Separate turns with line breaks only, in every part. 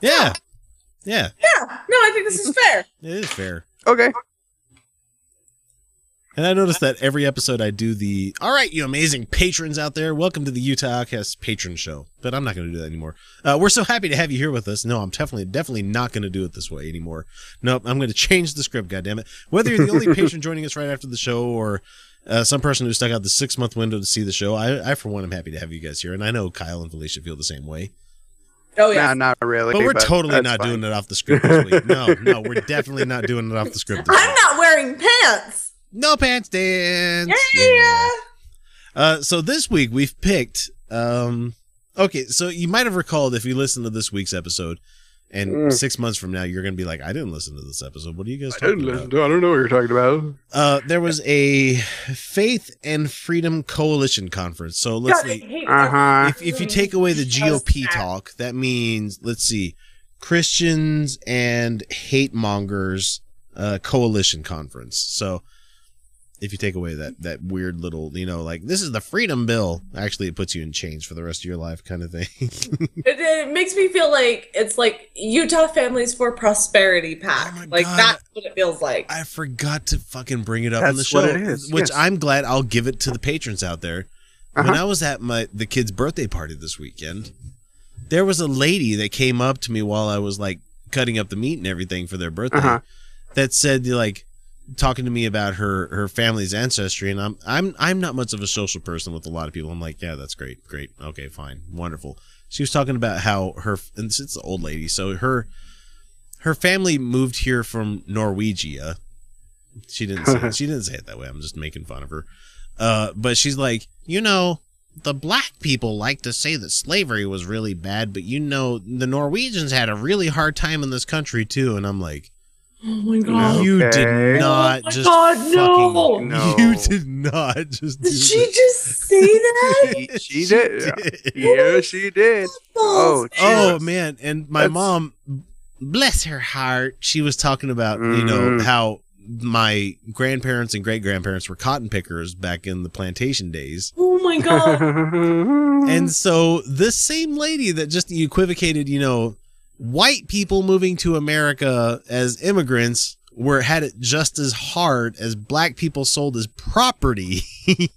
Yeah. Yeah.
Yeah. No, I think this is fair.
It is fair.
Okay.
And I noticed that every episode I do the all right, you amazing patrons out there, welcome to the Utah Outcast patron show. But I'm not going to do that anymore. Uh, we're so happy to have you here with us. No, I'm definitely definitely not going to do it this way anymore. Nope, I'm going to change the script. goddammit. Whether you're the only patron joining us right after the show or uh, some person who stuck out the six month window to see the show, I, I for one am happy to have you guys here, and I know Kyle and Felicia feel the same way.
Oh yeah.
Nah, not really.
But we're totally
that's
not
fine.
doing it off the script this week. No, no, we're definitely not doing it off the script. This
I'm
week.
not wearing pants.
No pants dance.
Yeah.
Uh, so this week we've picked. Um, okay, so you might have recalled if you listened to this week's episode, and
Mm.
six months from now you're going to be like, "I didn't listen to this episode. What are you guys
I didn't
talking
listen
about?"
to. I don't know what you're talking about.
Uh, there was a Faith and Freedom Coalition conference. So let's
God, I
see. Uh-huh.
hate
Uh huh.
If, if you take away the GOP
That was sad.
talk, that means let's see, Christians and hate mongers uh, coalition conference. So if you take away that that weird little, you know, like this is the freedom bill, actually it puts you in chains for the rest of your life, kind of thing.
It, it makes me feel like it's like Utah Families for Prosperity Pact.
Oh my
like
God.
that's what it feels like.
I forgot to fucking bring it up on the
That's
show,
what it is,
which
yes.
I'm glad I'll give it to the patrons out there. When
Uh-huh.
I was at my the kid's birthday party this weekend, there was a lady that came up to me while I was like cutting up the meat and everything for their birthday
Uh-huh.
that said like talking to me about her her family's ancestry and I'm I'm I'm not much of a social person with a lot of people. I'm like, yeah, that's great. Great. Okay, fine. Wonderful. She was talking about how her and it's it's an old lady, so her her family moved here from Norwegia. She didn't say, she didn't say it that way. I'm just making fun of her. Uh, but she's like, you know, the black people like to say that slavery was really bad, but you know, the Norwegians had a really hard time in this country too. And I'm like,
oh my
No.
god.
you
Okay.
did not
Oh my
just
God,
fucking,
no.
No.
you did not just.
Did
do
she
that.
just say that?
She- she did.
did.
Yeah, she did. Oh,
Oh
Jesus.
man, and my
That's-
mom, bless her heart, she was talking about you know
Mhm.
how my grandparents and great grandparents were cotton pickers back in the plantation days.
Oh my god.
Mm-hmm.
And so this same lady that just equivocated, you know, white people moving to America as immigrants were had it just as hard as black people sold as property.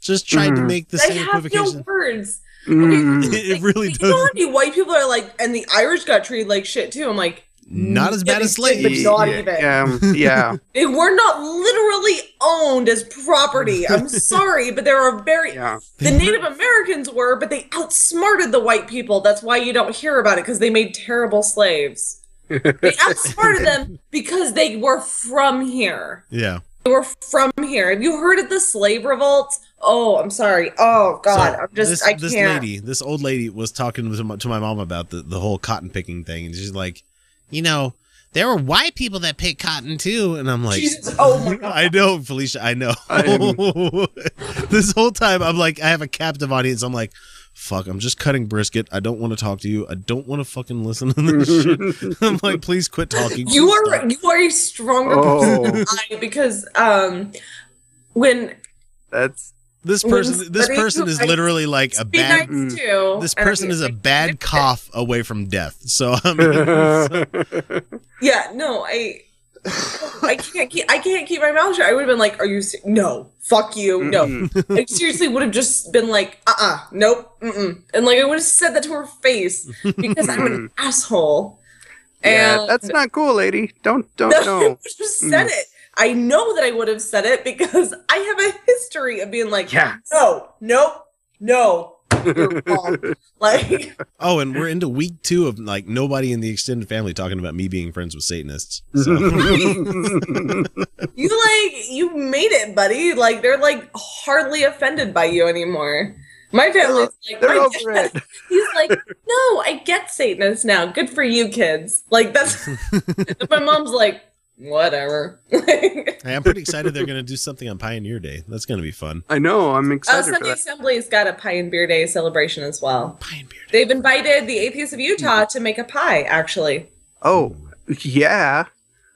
just tried to
Mhm.
make the
I
same
have no
equivocation.
words.
Mm.
It really
you know how many white people are like, and the Irish got treated like shit too. I'm like,
Not as bad as slaves.
Not
yeah,
even.
Yeah, um, yeah.
they were not literally owned as property. I'm sorry, but there are very
Yeah.
the Native Americans were, but they outsmarted the white people. That's why you don't hear about it because they made terrible slaves. They outsmarted them because they were from here.
Yeah.
They were from here. Have you heard of the slave revolts? Oh, I'm sorry. Oh God,
So
I'm just
this,
I
this
can't.
lady, this old lady, was talking to my, to my mom about the, the whole cotton picking thing, and she's like, you know, there were white people that picked cotton too, and I'm like,
Jesus, oh my God.
I know, Felicia, I know.
I
this whole time, I'm like, I have a captive audience. I'm like, fuck, I'm just cutting brisket. I don't want to talk to you. I don't want to fucking listen to this shit. I'm like, please quit talking.
You
Please
are
stop.
you are a stronger person
oh,
than I because um when
that's
this person. This
Somebody
person
who
is
likes
literally like a
to be
bad. mm,
nice to
This
and I
person is a
think-
bad cough away from death. So I mean,
yeah.
Yeah, no, I I can't keep I can't keep my mouth shut. I would have been like, "Are you se- no? Fuck you,
Mm.
no." I seriously would have just been like, "Uh, uh nope, mm-mm. and like I would have said that to her face because I'm an asshole. and
that's not cool, lady. Don't don't
no, Mm. I
no.
would have said it. I know that I would have said it because I have a history of being like,
Yeah.
no, nope, no, you're wrong." like,
oh, and we're into week two of like nobody in the extended family talking about me being friends with Satanists. So.
you like you made it buddy like they're like hardly offended by you anymore my family's like
They're
my
over
dad-
it.
he's like no i get satanists now good for you kids like that's my mom's like whatever Like,
Hey, I'm pretty excited they're going to do something on Pioneer Day. That's going to be fun.
I know. I'm
uh,
excited for
sunday
that.
assembly's got a pie and beer day celebration as well
Pioneer Day.
they've invited the atheists of utah to make a pie actually
Oh, yeah.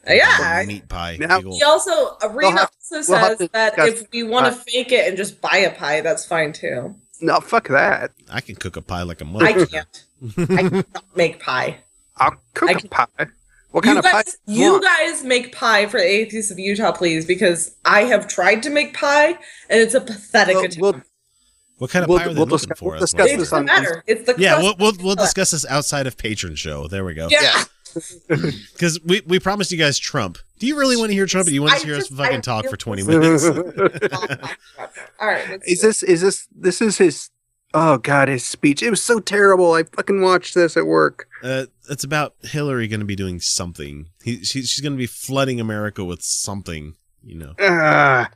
yeah
meat pie.
Now-
Big ol'
he also
We'll
Rena
have-
also
we'll
says
have to
that
discuss
if we want to
pie.
fake it and just buy a pie, that's fine too.
No, fuck that.
I can cook a pie like a mother.
I can't. I cannot make pie.
I'll cook
I
a
can-
pie. What kind
You
of pie?
guys, you
want?
guys make pie for the atheists of Utah, please, because I have tried to make pie and it's a pathetic
We'll-
attempt.
we'll-
What kind of
We'll-
pie are they
we'll
looking
discuss-
for?
we'll
That's
it
discuss
what I'm
doesn't
this
wondering.
on-
matter. It's the
Yeah,
crust.
we'll, we'll we'll discuss this outside of patron show. There we go.
yeah.
yeah.
Because we, we promised you guys Trump. Do you really want to hear Trump? Or do you want
I
to hear us
just-
fucking
I
talk
feel-
for twenty minutes?
All right. Let's
Is
do it.
this is this this is his oh god, his speech. It was so terrible. I fucking watched this at work.
Uh, it's about Hillary going to be doing something. He, she, she's going to be flooding America with something. You know.
Ah,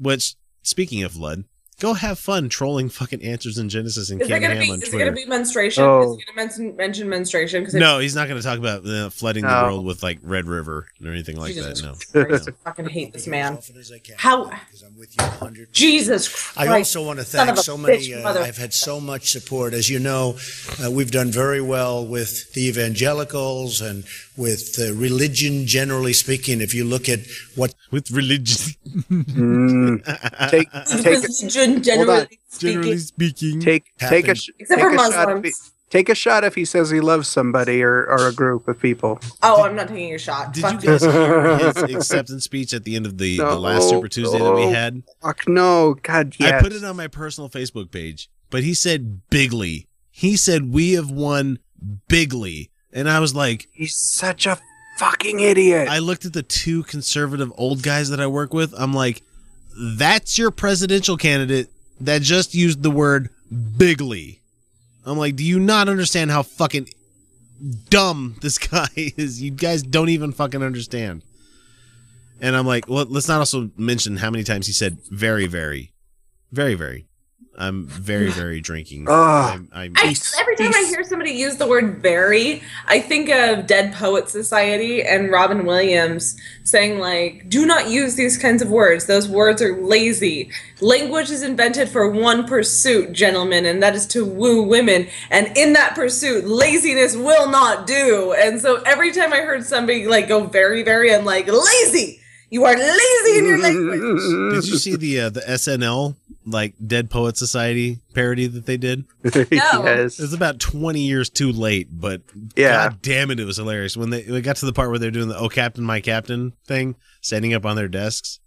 Which speaking of Lud, go have fun trolling fucking answers in Genesis and
Is it
Cam
gonna
Ham
be?
on
Is it gonna
Twitter.
be menstruation?
Oh.
Is it gonna mention, mention menstruation? Because
No, he's not going to talk about uh, flooding the
No.
world with like Red River or anything like that. No.
I fucking hate this man. How- Jesus
I
Christ!
also want to
Son
thank
of a
so
bitch,
many. Uh,
mother-
I've had so much support. As you know, uh, we've done very well with the evangelicals and with uh, religion, generally speaking. If you look at what
With religion,
mm. take take
Religion, generally speaking,
generally speaking.
take take a
Happened.
sh-
except
take
for
a shot if he,
Muslims.
take a shot if he says he loves somebody or, or a group of people.
Oh, I'm not taking a shot.
Did you
Fuck
guys hear his acceptance speech at the end of the, the last
No,
Super Tuesday that we
no.
had?
Fuck no, god
I
yes.
put it on my personal Facebook page, but he said bigly. He said we have won bigly. And I was like,
He's such a fucking idiot.
I looked at the two conservative old guys that I work with. I'm like, that's your presidential candidate that just used the word bigly. I'm like, do you not understand how fucking dumb this guy is? You guys don't even fucking understand. And I'm like, well, let's not also mention how many times he said very, very, very, very. I'm very, very drinking.
Ugh.
I'm, I'm,
I, every time I hear somebody use the word very, I think of Dead Poet Society and Robin Williams saying, like, do not use these kinds of words. Those words are lazy. Language is invented for one pursuit, gentlemen, and that is to woo women. And in that pursuit, laziness will not do. And so every time I heard somebody, like, go very, very, I'm like, lazy! You are lazy in your
Mm-hmm.
language.
Did you see the uh, the SNL like Dead Poet Society parody that they did?
No.
It was
yes.
about twenty years too late, but
Yeah.
god damn it, it was hilarious when they it got to the part where they're doing the "Oh Captain, My Captain" thing, standing up on their desks.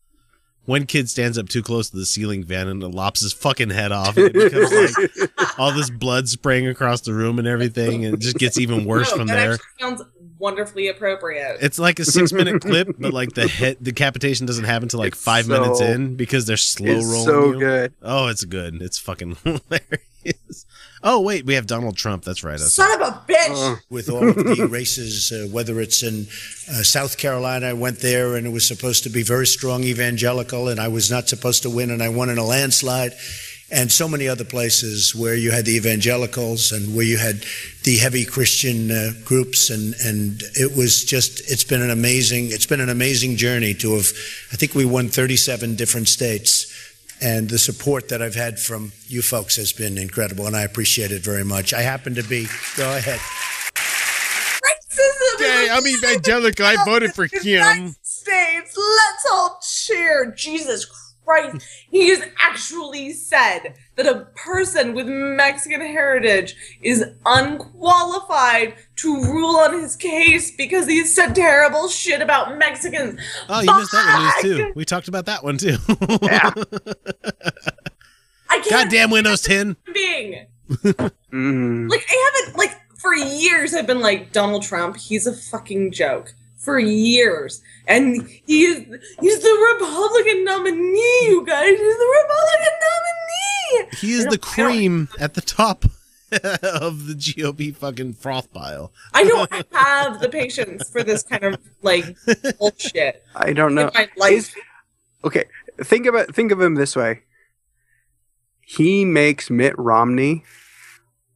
One kid stands up too close to the ceiling fan and lops his fucking head off, and it becomes like all this blood spraying across the room and everything, and it just gets even worse
Oh,
from
No, Oh, that
there.
actually sounds wonderfully appropriate.
It's like a six minute clip, but like the head decapitation doesn't happen until like
It's
five minutes
so-
in because they're slow
It's
rolling.
so
you.
good.
Oh, it's good. It's fucking hilarious. Oh wait, we have Donald Trump. That's right. That's
Son of a bitch!
Ugh.
with all of the races, uh, whether it's in uh, South Carolina, I went there and it was supposed to be very strong evangelical, and I was not supposed to win, and I won in a landslide. And so many other places where you had the evangelicals and where you had the heavy Christian uh, groups, and and it was just it's been an amazing it's been an amazing journey to have. I think we won 37 different states. And the support that I've had from you folks has been incredible, and I appreciate it very much. I happen to be, go ahead.
racism.
Hey, I'm evangelical. I voted for
United
Kim.
States, let's all cheer. Jesus Christ. He has actually said that a person with Mexican heritage is unqualified to rule on his case because he said terrible shit about Mexicans.
Oh, you missed that one news too. We talked about that one too.
Yeah.
I can't
Goddamn Windows 10.
being.
Mm.
Like I haven't like for years I've been like Donald Trump, he's a fucking joke. For years. And he is he's the Republican nominee, you guys. He's the Republican nominee.
He is the cream at the top of the GOP fucking froth pile.
I don't have the patience for this kind of like bullshit
I don't know.
in my life.
Okay, think about think of him this way. He makes Mitt Romney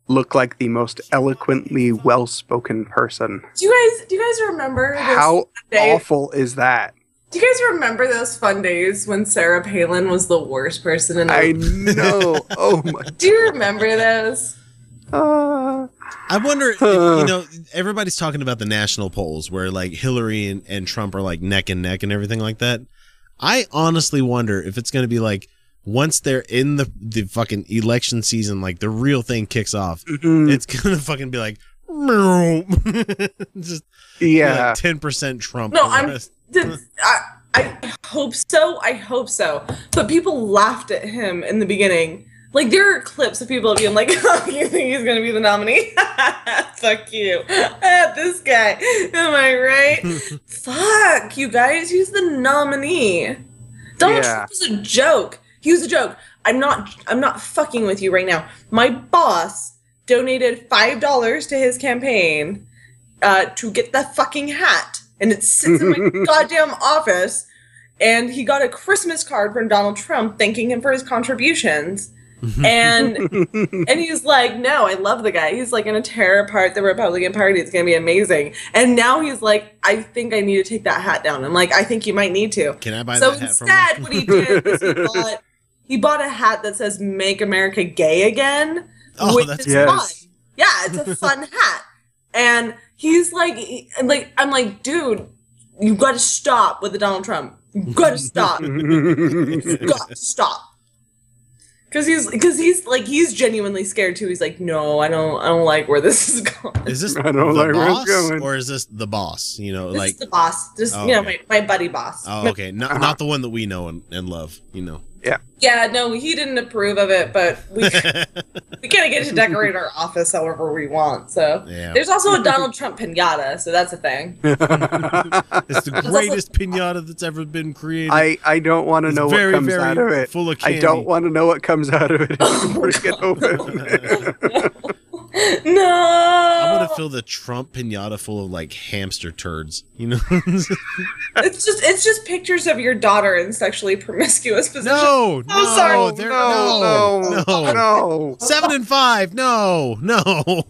look like the most eloquently well-spoken person.
Do you guys do you guys remember those
How
days?
awful is that?
Do you guys remember those fun days when Sarah Palin was the worst person in the
I know. Oh my.
Do you remember those?
Uh,
I wonder, if, you know, everybody's talking about the national polls where like Hillary and, and Trump are like neck and neck and everything like that. I honestly wonder if it's going to be like, once they're in the the fucking election season, like the real thing kicks off,
Mhm.
it's gonna fucking be like, meow. just
yeah.
ten percent Trump.
No,
for the
I'm-
rest.
Did- I, I hope so. I hope so. But people laughed at him in the beginning. Like there are clips of people being like, "Oh, "You think he's gonna be the nominee? Fuck you, this guy. Am I right? Fuck you guys. He's the nominee. Donald
Yeah.
Trump was a joke. He was a joke. I'm not. I'm not fucking with you right now. My boss donated five dollars to his campaign uh, to get the fucking hat, and it sits in my goddamn office. And he got a Christmas card from Donald Trump thanking him for his contributions. And and he's like, no, I love the guy. He's like gonna tear apart the Republican Party. It's gonna be amazing. And now he's like, I think I need to take that hat down. I'm like, I think you might need to.
Can I buy
So
that hat from?
instead, what he did is he bought, he bought a hat that says "Make America Gay Again,"
Oh,
which
that's
is
Yes.
fun. Yeah, it's a fun hat, and he's like, he- and like I'm like, dude, you got to stop with the Donald Trump. You got to stop. you got to stop. Cause he's, cause he's like, he's genuinely scared too. He's like, no, I don't, I don't like where this is going.
Is this
I don't
the
like where it's
boss,
going.
or is this the boss? You know,
this
like
is the boss, this,
Oh,
you know,
okay.
my, my buddy boss.
oh, okay, not not the one that we know and, and love. You know,
Yeah, no, he didn't approve of it, but we we kind of get to decorate our office however we want. So
Yeah.
there's also a Donald Trump pinata, so that's a thing.
it's the greatest pinata that's ever been created.
I, I don't want to
It's
know
very,
what comes
very
out of it.
full of
I don't
candy.
want to know what comes out of it before it gets open.
I'm
No,
gonna fill the Trump pinata full of like hamster turds. You know,
it's just it's just pictures of your daughter in sexually promiscuous position.
no,
I'm
no,
sorry.
they're-
Oh, no, no,
no,
no.
Seven and five. No, no.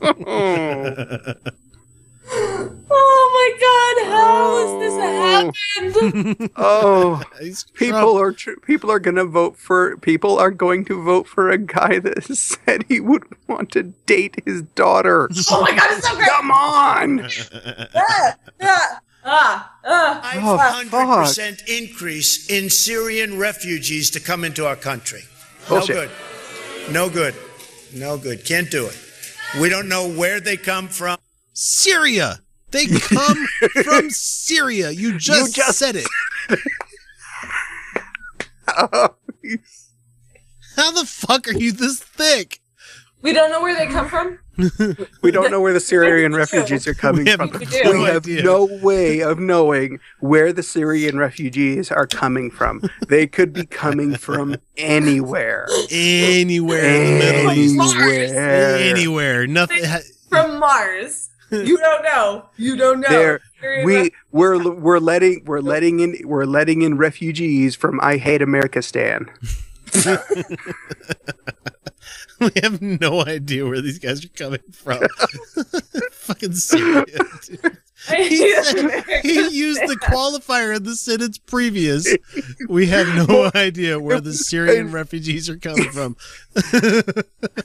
Oh.
Oh my God, how has this happened?
Oh.
It's
People
Trump.
are tr- people are gonna vote for people are going to vote for a guy that said he would want to date his daughter.
oh my God, it's so great.
Come on!
Ah, ah, ah, ah.
Oh,
500% increase in Syrian refugees to come into our country.
Bullshit.
No good. No good. No good. Can't do it. We don't know where they come from.
Syria. They come from Syria. You just,
just-
said it. How the fuck are you this thick?
We don't know where they come from.
We don't know where the Syrian refugees are coming
We have
from.
no
we have
idea.
no way of knowing where the Syrian refugees are coming from. They could be coming from anywhere.
Anywhere in the Middle East.
Anywhere.
Anywhere. Nothing. ha-
From Mars. You don't know. You don't know.
There,
Syrian
we we're we're letting we're letting in we're letting in refugees from I hate America Stan.
We have no idea where these guys are coming from. Fucking Syria. dude. He, said- he used the qualifier in the sentence previous. We have no idea where the Syrian refugees are coming from.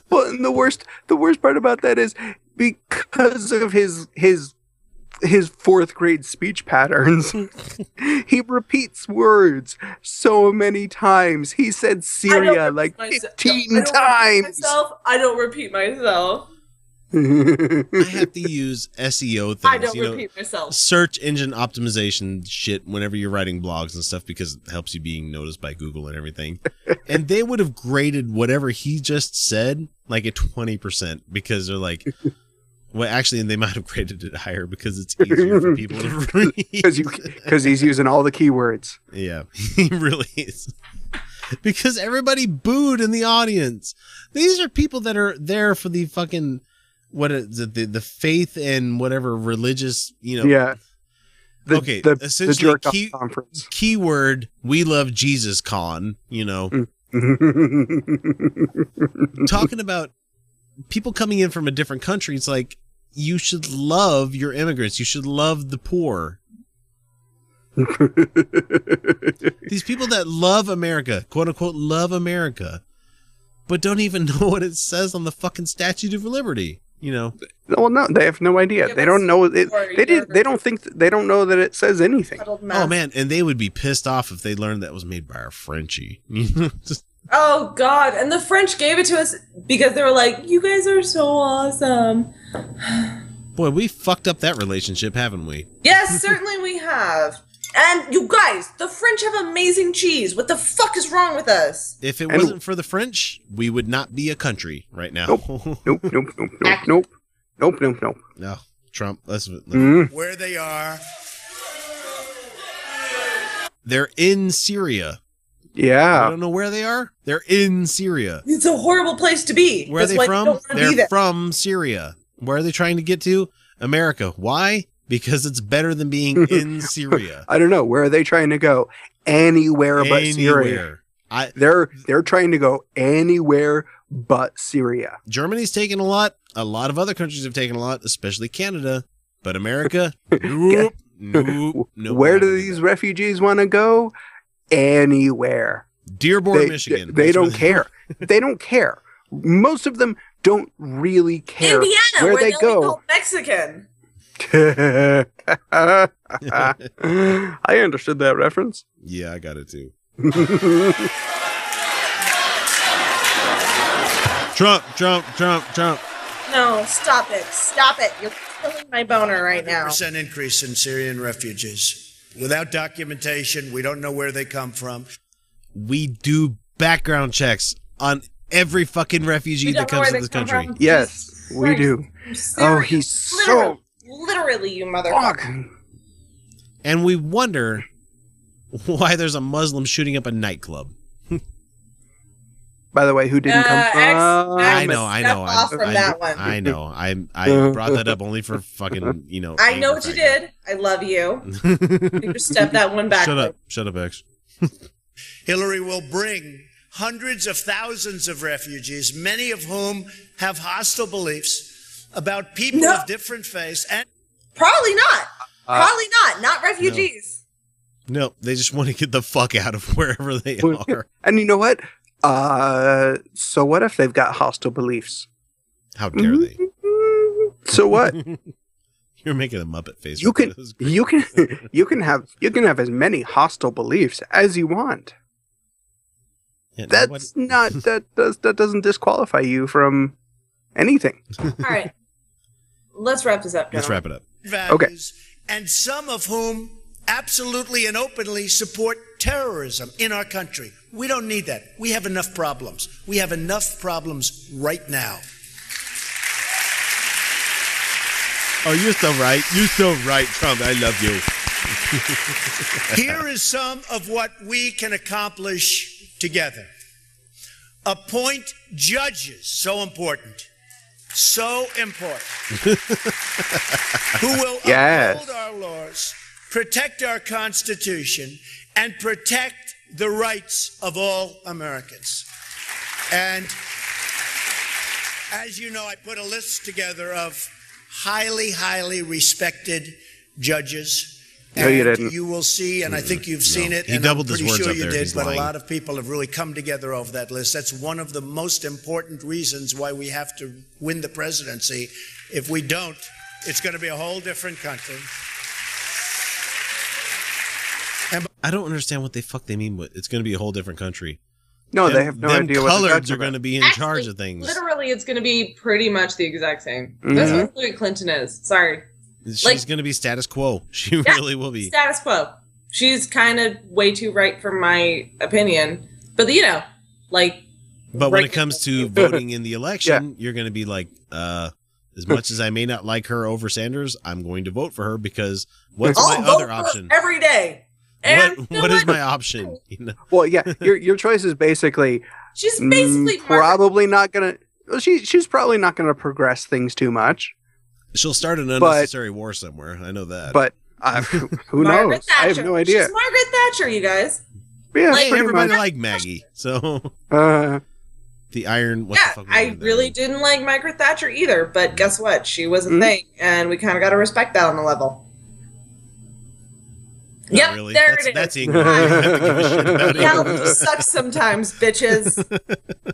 Well, and the worst the worst part about that is because of his his his fourth grade speech patterns, he repeats words so many times. He said
I don't
Syria
repeat
like
myse- I
fifteen
don't repeat
times.
Myself, I don't repeat myself.
I have to use SEO things.
I don't
you know,
repeat myself.
search engine optimization shit whenever you're writing blogs and stuff because it helps you being noticed by Google and everything. and they would have graded whatever he just said like at 20% because they're like, well, actually, and they might have graded it higher because it's easier for people to read.
Because you because he's using all the keywords.
yeah, he really is. Because everybody booed in the audience. These are people that are there for the fucking what is it, the the faith and whatever religious you know
Yeah. The,
Okay,
The, the
essentially
jerk off
key-
conference.
keyword we love jesus con you know talking about people coming in from a different country it's like you should love your immigrants you should love the poor these people that love america quote unquote love america but don't even know what it says on the fucking statue of liberty you know,
Well, no, they have no idea.
Yeah,
they don't
that's-
know. It,
sorry,
they
you're-
did. They don't think. They don't know that it says anything.
Cuddled
oh
mouth.
man, and they would be pissed off if they learned that was made by a Frenchie. Just-
Oh god! And the French gave it to us because they were like, "You guys are so awesome."
boy, we fucked up that relationship, haven't we?
Yes, certainly we have. And you guys, the French have amazing cheese. What the fuck is wrong with us?
If it
And-
wasn't for the French, we would not be a country right now.
Nope. Nope. Nope. Nope. Nope. Nope. Nope. Nope.
no, Trump. That's,
Mm.
Where they are,
They're in Syria. I
Yeah.
don't know where they are. They're in Syria.
It's a horrible place to be.
Where are
That's
they
why
from?
don't wanna be
They're
there.
from Syria. Where are they trying to get to? America. Why? Because it's better than being in Syria.
I don't know. Where are they trying to go? Anywhere but Syria.
Anywhere. I
They're they're trying to go anywhere but Syria.
Germany's taken a lot. A lot of other countries have taken a lot, especially Canada. But America, nope, nope, nope.
Where
not
do
gonna
these refugees want to go? Anywhere.
Dearborn,
they,
Michigan? That's
They,
where
don't care. they don't care. Most of them don't really care
Indiana,
where, they
they'll be
go.
called Mexican.
I understood that reference.
Yeah, I got it too. Trump, Trump, Trump, Trump.
No, stop it. Stop it. You're killing my boner right now.
percent increase in Syrian refugees. Without documentation, we don't know where they come from.
We do background checks on every fucking refugee
We
that
don't know
comes to
where
this
they come
country.
from.
Yes, we
Christ.
do.
I'm
Oh,
serious.
he's so
Literally, literally, you motherfucker.
fuck.
And we wonder why there's a Muslim shooting up a nightclub.
By the way, who didn't come
Uh, ex-
from?
ex-
I know, I know.
Step off
I,
from
I,
that one.
I know. I I brought that up only for fucking, you know.
I
anger
know what you
factor.
did. I love you. You just step that one back.
Shut up. Shut up, X.
Hillary will bring hundreds of thousands of refugees, many of whom have hostile beliefs about people
No.
of different faiths and
Probably not.
Uh,
Probably not. Not refugees.
No, they just want to get the fuck out of wherever they
Well,
are.
And you know what? Uh, so what if they've got hostile beliefs?
How
Mm-hmm.
dare they?
So what?
You're making a Muppet face.
You
with
can
those.
you can you can have you can have as many hostile beliefs as you want.
Yeah, no, what-
That's not that does that doesn't disqualify you from anything.
All right. Let's wrap this up.
Let's
gentlemen.
wrap it up.
values, and some of whom absolutely and openly support terrorism in our country. We don't need that. We have enough problems. We have enough problems right now.
Oh, you're so right. You're so right, Trump. I love you.
Here is some of what we can accomplish together. Appoint judges, so important, so important, who will
Yes.
uphold our laws, protect our Constitution, and protect the rights of all Americans. And as you know, I put a list together of highly, highly respected judges.
No, you
And
didn't.
You will see, and I think you've seen it.
He
and
doubled
I'm
his
pretty
words
sure
up
you
there.
did,
He's
but
lying.
a lot of people have really come together over that list. That's one of the most important reasons why we have to win the presidency. If we don't, it's going to be a whole different country.
I don't understand what the fuck they mean. But it's going to be a whole different country.
No, they
Them-
have no
them
idea what
coloreds
they're
are going to be in
Actually,
charge of things.
Literally, it's going to be pretty much the exact same. That's
Mhm.
what Hillary Clinton is. Sorry.
She's
like-
going to be status quo. She
Yeah,
really will be.
status quo. She's kind of way too right for my opinion, but you know, like
But when
right-
it comes to voting in the election, you're going to be like, uh, as much as I may not like her over Sanders, I'm going to vote for her because what's
I'll
my
vote
other
for
option?
every day. And
What,
you know
what is
what?
my option? You know?
Well, yeah, your your choice is basically
she's
mm,
basically Margaret.
probably not gonna. Well, she she's probably not gonna progress things too much,
She'll start an unnecessary war somewhere. I know that.
but uh, who
Margaret
knows? I have
Thatcher.
no idea.
She's Margaret Thatcher, you guys.
yeah,
like,
hey,
pretty
everybody
much.
liked Maggie. So
Uh,
the iron. What the
yeah,
fuck was
I
it?
really didn't like Margaret Thatcher either,
Mm-hmm.
but guess what? She was a
Mhm.
thing, and we kind of got to respect that on a level.
Not
Yep,
really.
there
that's,
it is.
that's English. You don't have to give a shit about it.
Reality sucks sometimes, bitches.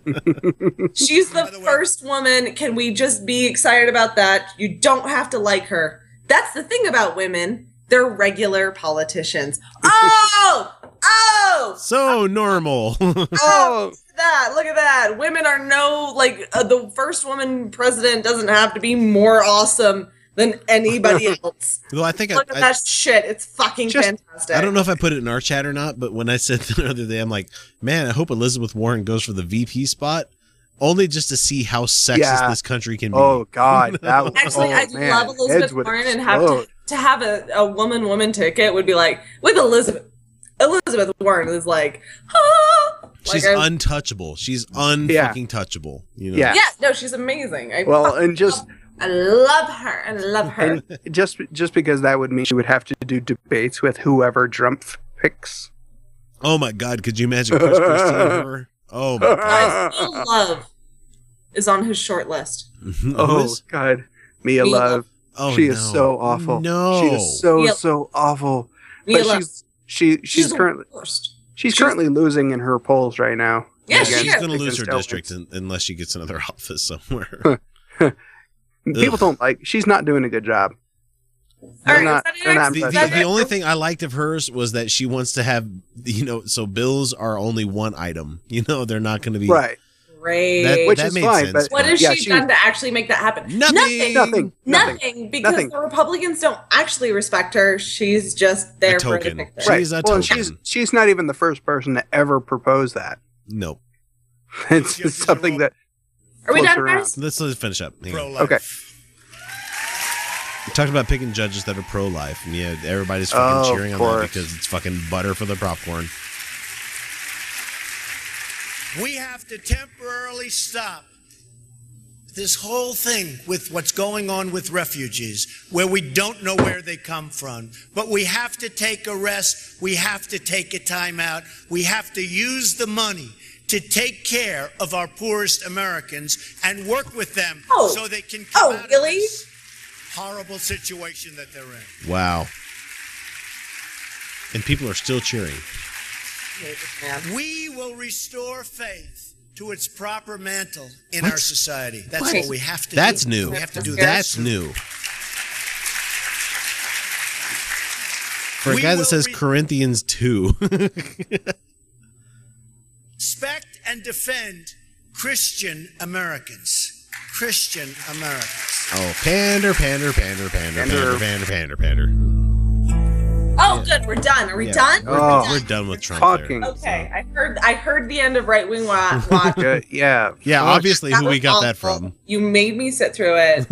She's the,
the way-
first woman. Can we just be excited about that? You don't have to like her. That's the thing about women. They're regular politicians. Oh! Oh!
So normal.
Oh! Look at that. Look at that. Women are no, like, uh, the first woman president doesn't have to be more awesome than anybody else.
well, I think I,
Look at
I,
that shit. It's fucking
Just-
fantastic.
I don't know if I put it in our chat or not, but when I said the other day, I'm like, man, I hope Elizabeth Warren goes for the VP spot, only just to see how sexist
Yeah.
this country can be.
Oh God, that was,
Actually,
oh,
I
man.
love Elizabeth
Heads would
Warren and have
explode.
to, to have a, a woman woman ticket would be like with Elizabeth. Elizabeth Warren is like, ah!
She's
like I-
untouchable. She's unfucking touchable. You know?
Yeah.
yeah, no, she's amazing. I,
Well,
fuck-
and just
I love her. I love her.
and just just because that would mean she would have to do debates with whoever Trump picks.
Oh my God, could you imagine Chris Christie and her? Oh my God.
I still love is on his short list.
Who
Oh
is-
God, Mia
Mia
Love.
oh,
she is
no.
so awful.
No.
she is so
Mia-
so awful.
We
but
love
she's she she's,
the
currently
worst.
she's, currently losing in her polls right now.
Yeah,
she's
she
Against-
is.
gonna lose her
against
district un- unless she gets another office somewhere.
Elvis. People
Ugh.
don't like. She's not doing a good job.
All
They're not-
is that it?
they're not
the,
I'm
the,
sorry.
the only thing I liked of hers was that she wants to have you know so bills are only one item you know they're not going to be
Right.
Great.
that,
Which
that
is
made
fine,
sense
what
but-
has
Yeah,
she,
she-
done to actually make that happen?
nothing,
Nothing.
Nothing,
Nothing.
because
Nothing.
the Republicans don't actually respect her. She's just there
a
for
token
the picture.
Right.
she's a
Well, and
token
she's she's not even the first person to ever propose that.
nope
It's
Yes, you're
something
wrong.
that
Are we
floats
done,
around.
guys?
let's, let's finish up Hang on.
Pro-life.
Okay.
we talked about picking judges that are pro life and yeah everybody's fucking
Oh, of
cheering on that
course.
because it's fucking butter for the popcorn
We have to temporarily stop this whole thing with what's going on with refugees, where we don't know where they come from. But we have to take a rest. We have to take a time out. We have to use the money to take care of our poorest Americans and work with them
Oh.
so they can come
Oh,
out
really?
of this horrible situation that they're in.
wow and people are still cheering
We will restore faith to its proper mantle in
What?
our society. That's
What?
what we have to
that's
do.
new
We have to do that.
that's new. For a
We
guy
will
that says
re-
Corinthians 2.
Respect and defend Christian Americans. Christian Americans.
Oh, pander, pander, pander, pander, pander,
Pander.
pander, pander, pander.
Oh, good. We're done. Are we
Yeah.
done?
We're Oh.
We're done with Trump.
talking.
There.
Okay, I heard. I heard the end of Right Wing Wa- Watch.
Good. Yeah.
Yeah,
Fuck.
obviously
That
who we
was
got that
awful.
from.
You made me sit through it.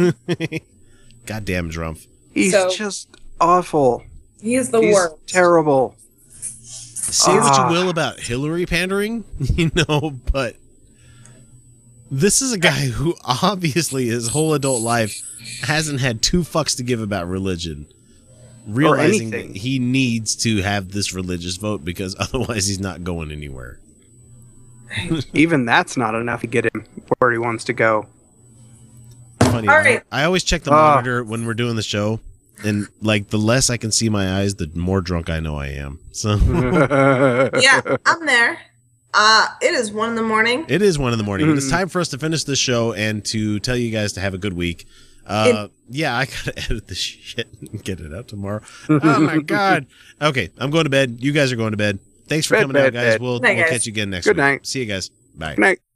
Goddamn Trump.
He's
So-
just awful.
He is the
He's
worst.
terrible.
Say what
Ah.
you will about Hillary pandering, you know, but this is a guy who obviously his whole adult life hasn't had two fucks to give about religion. Realizing that
anything.
he needs to have this religious vote because otherwise he's not going anywhere.
Even that's not enough to get him where he wants to go.
Funny.
All
I-
right.
I, always check the
Ah.
monitor when we're doing the show, and like the less I can see my eyes, the more drunk I know I am. So
Yeah, I'm there. Uh, it is one in the morning.
it is one in the morning.
Mm.
and It's time for us to finish this show and to tell you guys to have a good week. Uh, yeah, I gotta edit this shit and get it out tomorrow. Oh my god. Okay, I'm going to bed. You guys are going to bed. Thanks for
Bed,
coming out,
bed,
guys.
bed.
We'll
Night,
we'll
guys.
catch you again next
Good
week.
night.
See you guys. Bye.
Good night.